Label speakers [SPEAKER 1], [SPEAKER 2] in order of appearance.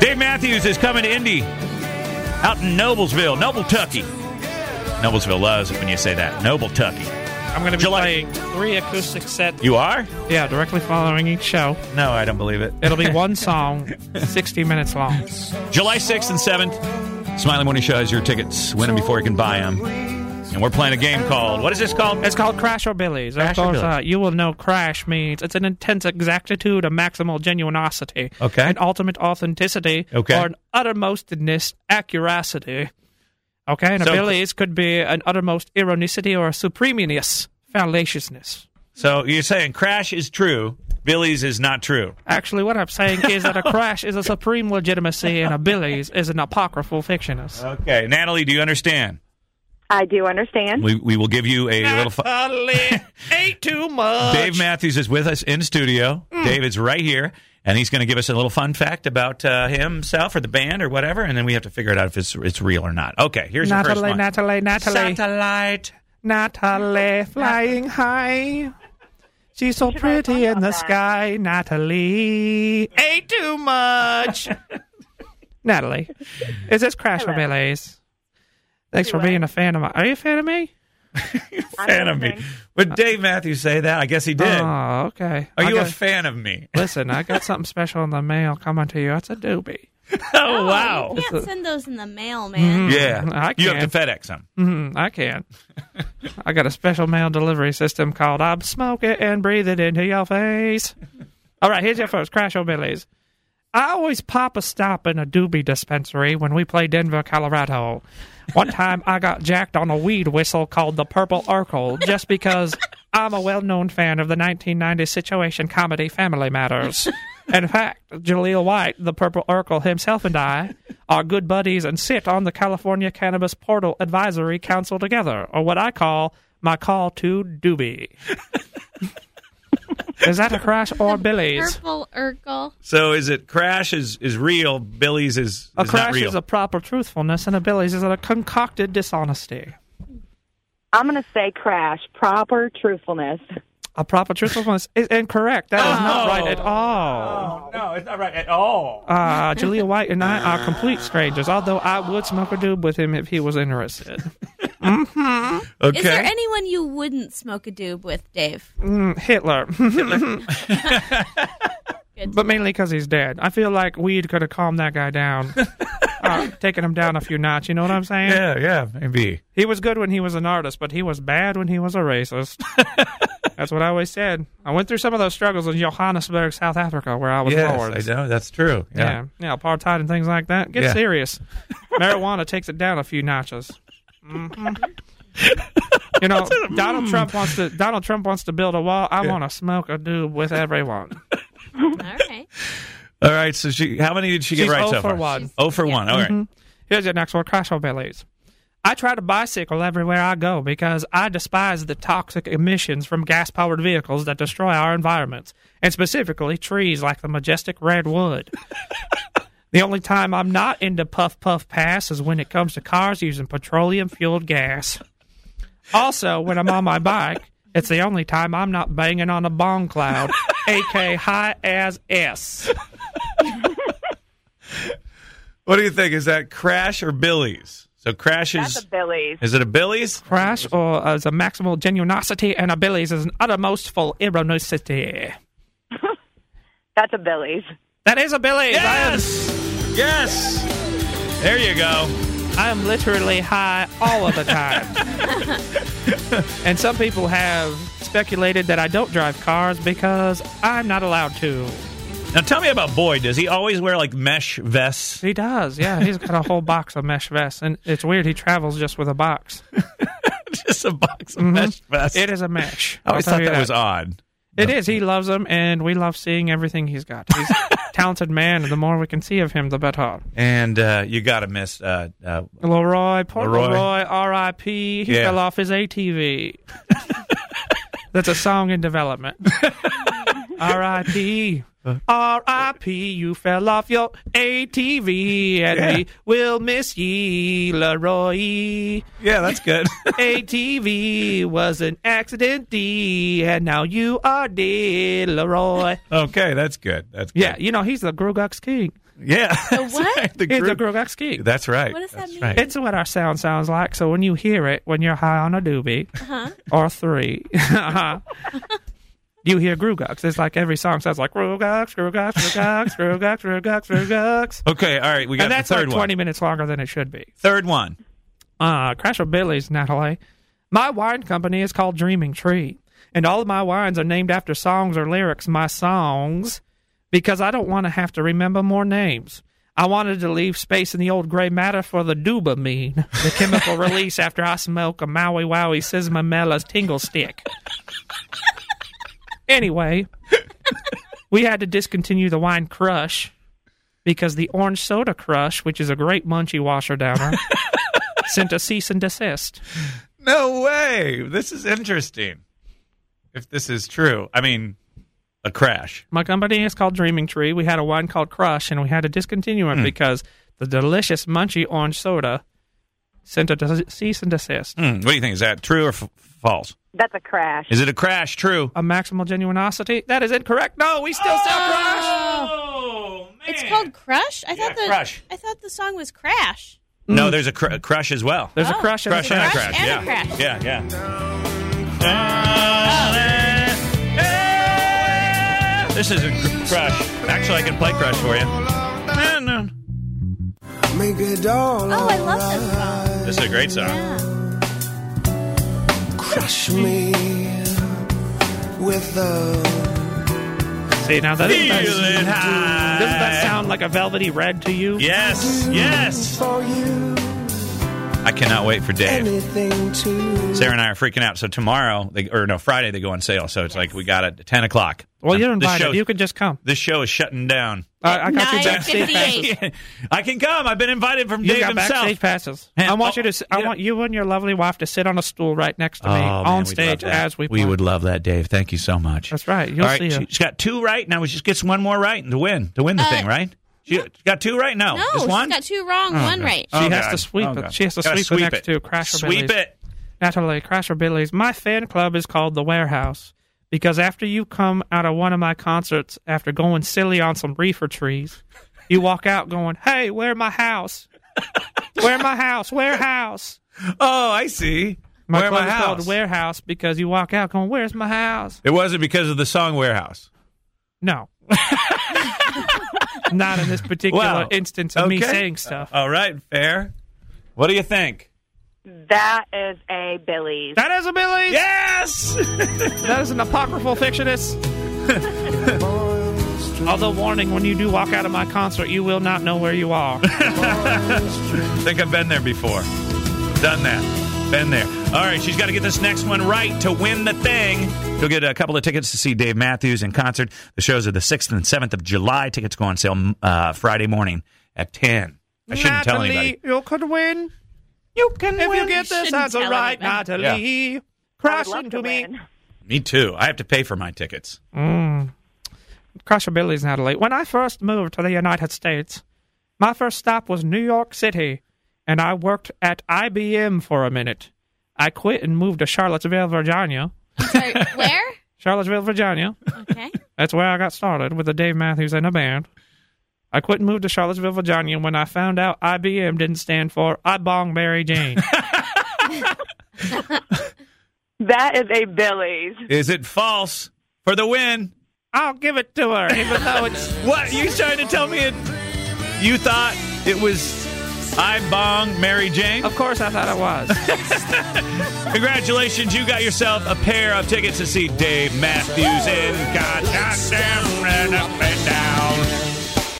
[SPEAKER 1] Dave Matthews is coming to Indy out in Noblesville, Noble Tucky. Noblesville loves it when you say that. Noble Tucky.
[SPEAKER 2] I'm going to be
[SPEAKER 1] July-
[SPEAKER 2] playing three acoustic sets.
[SPEAKER 1] You are?
[SPEAKER 2] Yeah, directly following each show.
[SPEAKER 1] No, I don't believe it.
[SPEAKER 2] It'll be one song, 60 minutes long.
[SPEAKER 1] July 6th and 7th. Smiley Morning Show has your tickets. Win them before you can buy them. And we're playing a game called, what is this called?
[SPEAKER 2] It's called Crash or Billies.
[SPEAKER 1] Crash
[SPEAKER 2] of
[SPEAKER 1] or
[SPEAKER 2] course,
[SPEAKER 1] Billies.
[SPEAKER 2] Uh, you will know Crash means it's an intense exactitude, a maximal genuinosity,
[SPEAKER 1] Okay.
[SPEAKER 2] an ultimate authenticity,
[SPEAKER 1] Okay.
[SPEAKER 2] or an uttermostness, accuracy. Okay, and
[SPEAKER 1] So-
[SPEAKER 2] a Billies could be an uttermost ironicity or a supreminess, fallaciousness.
[SPEAKER 1] So you're saying Crash is true, Billy's is not true.
[SPEAKER 2] Actually, what I'm saying is that a Crash is a supreme legitimacy and a Billies is an apocryphal fictionist.
[SPEAKER 1] Okay, Natalie, do you understand?
[SPEAKER 3] I do understand.
[SPEAKER 1] We, we will give you a little. Fi-
[SPEAKER 2] Natalie, ain't too much.
[SPEAKER 1] Dave Matthews is with us in studio.
[SPEAKER 2] Mm.
[SPEAKER 1] David's right here, and he's going to give us a little fun fact about uh, himself or the band or whatever, and then we have to figure it out if it's it's real or not. Okay, here's the first
[SPEAKER 2] Natalie,
[SPEAKER 1] one.
[SPEAKER 2] Natalie, Natalie.
[SPEAKER 1] Satellite.
[SPEAKER 2] Natalie flying high. She's so pretty in the sky, Natalie. Ain't too much. Natalie, is this Crash for
[SPEAKER 3] Hello.
[SPEAKER 2] Billies? Thanks for
[SPEAKER 3] Hello.
[SPEAKER 2] being a fan of my. Are you a fan of me?
[SPEAKER 3] I'm
[SPEAKER 1] Fan of me.
[SPEAKER 3] listening.
[SPEAKER 1] Would Dave Matthews say that? I guess he did.
[SPEAKER 2] Oh, okay.
[SPEAKER 1] Are
[SPEAKER 2] I
[SPEAKER 1] you
[SPEAKER 2] got,
[SPEAKER 1] a fan of me? Oh,
[SPEAKER 2] Listen, I got something special in the mail coming to you. It's a doobie.
[SPEAKER 1] oh wow.
[SPEAKER 4] You can't send those in the mail, man.
[SPEAKER 1] Yeah,
[SPEAKER 2] I
[SPEAKER 1] you have
[SPEAKER 2] can.
[SPEAKER 1] to FedEx him.
[SPEAKER 2] Mm, I can. I got a special mail delivery system called I'm Smoke It and Breathe It Into Your Face. All right, here's your first Crash O'Billies. I always pop a stop in a doobie dispensary when we play Denver, Colorado. One time I got jacked on a weed whistle called the Purple Urkel just because I'm a well known fan of the 1990 situation comedy Family Matters. In fact, Jaleel White, the Purple Urkel himself, and I are good buddies and sit on the California Cannabis Portal Advisory Council together, or what I call my call to doobie. Is that a crash or Billy's?
[SPEAKER 4] Purple Urkel.
[SPEAKER 1] So is it Crash is is real? Billy's is,
[SPEAKER 2] A
[SPEAKER 1] is not
[SPEAKER 2] crash
[SPEAKER 1] real.
[SPEAKER 2] is a proper truthfulness, and a Billy's is a concocted dishonesty.
[SPEAKER 3] I'm going to say crash. Proper truthfulness.
[SPEAKER 2] A proper truthfulness is incorrect. That is not right at all.
[SPEAKER 1] oh no, it's not right at all.
[SPEAKER 2] Uh, Julia White and I are complete strangers, although I would smoke a doob with him if he was interested.
[SPEAKER 1] Okay.
[SPEAKER 4] Is there anyone you wouldn't smoke a doob with, Dave?
[SPEAKER 2] Mm, Hitler.
[SPEAKER 4] Good.
[SPEAKER 2] but mainly because he's dead. I feel like weed could have calmed that guy down, uh, taken him down a few notches. You know what I'm saying?
[SPEAKER 1] yeah, yeah, maybe.
[SPEAKER 2] He was good when he was an artist, but he was bad when he was a racist. That's what I always said. I went through some of those struggles in Johannesburg, South Africa, where I was
[SPEAKER 1] Yes,
[SPEAKER 2] born.
[SPEAKER 1] I know that's true.
[SPEAKER 2] Yeah.
[SPEAKER 1] Yeah.
[SPEAKER 2] yeah, apartheid and things like that. Get
[SPEAKER 1] Yeah.
[SPEAKER 2] serious. Marijuana takes it down a few notches. Mhm. you know,
[SPEAKER 1] mm.
[SPEAKER 2] Donald Trump wants to Donald Trump wants to build a wall. I want to smoke a doob with everyone.
[SPEAKER 4] All right.
[SPEAKER 1] All right. So she, how many did she get
[SPEAKER 2] She's
[SPEAKER 1] right so
[SPEAKER 2] 0 for
[SPEAKER 1] far?
[SPEAKER 2] one. Mm-hmm.
[SPEAKER 1] Oh for one. All right.
[SPEAKER 2] Here's your next one, Crash on Billies. I try to bicycle everywhere I go because I despise the toxic emissions from gas powered vehicles that destroy our environments, and specifically trees like the majestic redwood. the only time I'm not into Puff Puff Pass is when it comes to cars using petroleum fueled gas. Also, when I'm on my bike, it's the only time I'm not banging on a bong cloud, aka high as S.
[SPEAKER 1] What do you think? Is that Crash or Billy's? So Crash
[SPEAKER 3] That's
[SPEAKER 1] is.
[SPEAKER 3] a Billy's.
[SPEAKER 1] Is it a Billy's?
[SPEAKER 2] crash or as a maximal genuinosity and a Billy's as an uttermost full ironicity.
[SPEAKER 3] That's a Billy's.
[SPEAKER 2] That is a Billy's.
[SPEAKER 1] Yes. Yes. There you go.
[SPEAKER 2] I, am, I am literally high all of the time. and some people have speculated that I don't drive cars because I'm not allowed to.
[SPEAKER 1] Now tell me about Boyd. Does he always wear like mesh vests?
[SPEAKER 2] He does, yeah. He's got a whole box of mesh vests, and it's weird he travels just with a box. Hmm?
[SPEAKER 1] Just a box of mesh vests.
[SPEAKER 2] Mm-hmm. It is a mesh.
[SPEAKER 1] I always
[SPEAKER 2] I'll
[SPEAKER 1] thought
[SPEAKER 2] tell you
[SPEAKER 1] that was odd.
[SPEAKER 2] It is. He loves them, and we love seeing everything he's got. He's a talented man, and the more we can see of him, the better.
[SPEAKER 1] And uh, you got to miss uh, uh,
[SPEAKER 2] Leroy, poor
[SPEAKER 1] Leroy.
[SPEAKER 2] Leroy, R.I.P. He
[SPEAKER 1] Yeah.
[SPEAKER 2] fell off his ATV. That's a song in development. R.I.P.
[SPEAKER 1] Uh.
[SPEAKER 2] R.I.P. You fell off your ATV, and
[SPEAKER 1] Yeah.
[SPEAKER 2] we will miss ye, Leroy.
[SPEAKER 1] Yeah, that's good.
[SPEAKER 2] ATV was an accident, D, and now you are dead, Leroy.
[SPEAKER 1] okay, that's good. That's good.
[SPEAKER 2] Yeah, you know he's the Grugux king.
[SPEAKER 1] yeah. The
[SPEAKER 4] what?
[SPEAKER 1] the
[SPEAKER 2] He's the
[SPEAKER 1] group-
[SPEAKER 2] Grugux king.
[SPEAKER 1] That's right.
[SPEAKER 4] What does that
[SPEAKER 1] That's
[SPEAKER 4] mean?
[SPEAKER 1] right.
[SPEAKER 2] It's what our sound sounds like. So when you hear it, when you're high on a doobie or three, uh-huh, you hear Grugux. It's like every song sounds like Grugux, Grugux, Grugux, Grugux, Grugux, Grugux.
[SPEAKER 1] Okay, all right. We got
[SPEAKER 2] And that's
[SPEAKER 1] the
[SPEAKER 2] like
[SPEAKER 1] third
[SPEAKER 2] 20
[SPEAKER 1] one.
[SPEAKER 2] minutes longer than it should be.
[SPEAKER 1] Third one.
[SPEAKER 2] Uh, Crash of Billy's, Natalie. My wine company is called Dreaming Tree, and all of my wines are named after songs or lyrics, my songs, because I don't want to have to remember more names. I wanted to leave space in the old gray matter for the dubamine, the chemical release after I smoke a Maui Wowie Sismamella's tingle stick. Anyway, we had to discontinue the wine crush because the orange soda crush, which is a great munchie washer downer, sent a cease and desist.
[SPEAKER 1] No way. This is interesting. If this is true, I mean, a crash.
[SPEAKER 2] My company is called Dreaming Tree. We had a wine called Crush, and we had to discontinue
[SPEAKER 1] Hmm.
[SPEAKER 2] it because the delicious munchy orange soda sent a des- cease and desist.
[SPEAKER 1] Hmm, what do you think? Is that true or f- false?
[SPEAKER 3] That's a crash.
[SPEAKER 1] Is it a crash? True.
[SPEAKER 2] A maximal genuinosity? That is incorrect. No, we still sell Crush.
[SPEAKER 1] Oh, man.
[SPEAKER 4] It's called Crush. I thought
[SPEAKER 1] Yeah,
[SPEAKER 4] the
[SPEAKER 1] Crush.
[SPEAKER 4] I thought the song was Crash.
[SPEAKER 1] No, there's a, cr- a crush as well.
[SPEAKER 2] There's a
[SPEAKER 4] Oh.
[SPEAKER 2] crush. in
[SPEAKER 1] crush and a
[SPEAKER 4] Crush
[SPEAKER 1] crash.
[SPEAKER 4] and a
[SPEAKER 1] yeah.
[SPEAKER 4] crash.
[SPEAKER 1] yeah, yeah,
[SPEAKER 2] Oh,
[SPEAKER 1] Darling. This is a cr- crush. Actually, I can play crush for you. Eh, no.
[SPEAKER 5] Make it all
[SPEAKER 4] Oh, I love this song.
[SPEAKER 1] This is a great song.
[SPEAKER 4] Yeah.
[SPEAKER 5] crush me with love.
[SPEAKER 2] See, now that doesn't, that,
[SPEAKER 1] Feeling high.
[SPEAKER 2] doesn't that sound like a velvety rag to you?
[SPEAKER 1] Yes, yes.
[SPEAKER 5] For you,
[SPEAKER 1] I cannot wait for Dave.
[SPEAKER 5] anything to.
[SPEAKER 1] Sarah and I are freaking out. So tomorrow, they, or no, Friday they go on sale. So it's like we got it at ten o'clock.
[SPEAKER 2] Well, you're
[SPEAKER 1] Um, this
[SPEAKER 2] invited.
[SPEAKER 1] show-
[SPEAKER 2] You can just come.
[SPEAKER 1] This show is shutting down.
[SPEAKER 2] I, I got you backstage
[SPEAKER 4] 9:58.
[SPEAKER 2] passes.
[SPEAKER 1] I can come. I've been invited from
[SPEAKER 2] You
[SPEAKER 1] Dave
[SPEAKER 2] got backstage
[SPEAKER 1] himself.
[SPEAKER 2] passes.
[SPEAKER 1] And-
[SPEAKER 2] I
[SPEAKER 1] oh,
[SPEAKER 2] want you to. s- I
[SPEAKER 1] yeah.
[SPEAKER 2] want you and your lovely wife to sit on a stool right next to me
[SPEAKER 1] Oh, man,
[SPEAKER 2] on
[SPEAKER 1] we'd love
[SPEAKER 2] stage
[SPEAKER 1] that.
[SPEAKER 2] as we.
[SPEAKER 1] we
[SPEAKER 2] play.
[SPEAKER 1] would love that, Dave. Thank you so much.
[SPEAKER 2] That's right. You'll
[SPEAKER 1] All right,
[SPEAKER 2] see.
[SPEAKER 1] she,
[SPEAKER 2] her.
[SPEAKER 1] has got two right now. She just gets one more right and to win to win the
[SPEAKER 4] Uh,
[SPEAKER 1] thing, right? She she got two right now.
[SPEAKER 4] No,
[SPEAKER 1] just
[SPEAKER 4] she's
[SPEAKER 1] one.
[SPEAKER 4] got two wrong, one right.
[SPEAKER 2] She
[SPEAKER 1] Oh,
[SPEAKER 2] has
[SPEAKER 1] God.
[SPEAKER 2] to sweep
[SPEAKER 1] Oh,
[SPEAKER 2] it.
[SPEAKER 1] God.
[SPEAKER 2] She has to
[SPEAKER 1] Gotta
[SPEAKER 2] sweep the next two. Crash or
[SPEAKER 1] Sweep
[SPEAKER 2] Billy's.
[SPEAKER 1] it.
[SPEAKER 2] Natalie Crasher Billy's. My fan club is called the Warehouse because after you come out of one of my concerts after going silly on some reefer trees, you walk out going, "Hey, where my house? Where my house? Warehouse."
[SPEAKER 1] Oh, I see.
[SPEAKER 2] My
[SPEAKER 1] Where
[SPEAKER 2] club
[SPEAKER 1] my
[SPEAKER 2] is
[SPEAKER 1] house?
[SPEAKER 2] called Warehouse because you walk out going, "Where's my house?"
[SPEAKER 1] it wasn't because of the song Warehouse.
[SPEAKER 2] No. Not in this particular
[SPEAKER 1] Wow.
[SPEAKER 2] instance of me
[SPEAKER 1] Okay.
[SPEAKER 2] saying stuff.
[SPEAKER 1] All right, fair. What do you think?
[SPEAKER 3] That is a Billy's.
[SPEAKER 2] That is a Billy.
[SPEAKER 1] Yes.
[SPEAKER 2] That is an apocryphal fictionist. Although, warning, when you do walk out of my concert, you will not know where you are.
[SPEAKER 1] I think I've been there before. Done that. Been there. All right, she's got to get this next one right to win the thing. You'll get a couple of tickets to see Dave Matthews in concert. The shows are the 6th and 7th of July. Tickets go on sale uh, Friday morning at 10. I shouldn't tell
[SPEAKER 2] Natalie,
[SPEAKER 1] anybody.
[SPEAKER 2] you could win. You can if you
[SPEAKER 4] win.
[SPEAKER 2] get this
[SPEAKER 4] Shouldn't
[SPEAKER 2] answer
[SPEAKER 4] tell
[SPEAKER 2] right,
[SPEAKER 4] anybody.
[SPEAKER 2] Natalie.
[SPEAKER 3] I
[SPEAKER 2] Crash
[SPEAKER 3] would love
[SPEAKER 2] into
[SPEAKER 3] to
[SPEAKER 2] me.
[SPEAKER 3] win.
[SPEAKER 1] Me too. I have to pay for my tickets.
[SPEAKER 2] Crush abilities, Natalie. When I first moved to the United States, my first stop was New York City, and I worked at IBM for a minute. I quit and moved to Charlottesville, Virginia.
[SPEAKER 4] Sorry, where?
[SPEAKER 2] Charlottesville, Virginia.
[SPEAKER 4] Okay.
[SPEAKER 2] That's where I got started with the Dave Matthews and a band. I quit and moved to Charlottesville, Virginia when I found out IBM didn't stand for I Bong Mary Jane.
[SPEAKER 3] That is a Billy's.
[SPEAKER 1] Is it false for the win?
[SPEAKER 2] I'll give it to her, even though it's.
[SPEAKER 1] What? You trying to tell me it, you thought it was I Bong Mary Jane?
[SPEAKER 2] Of course, I thought it was.
[SPEAKER 1] Congratulations, you got yourself a pair of tickets to see Dave Matthews in God. Goddamn, run up and down.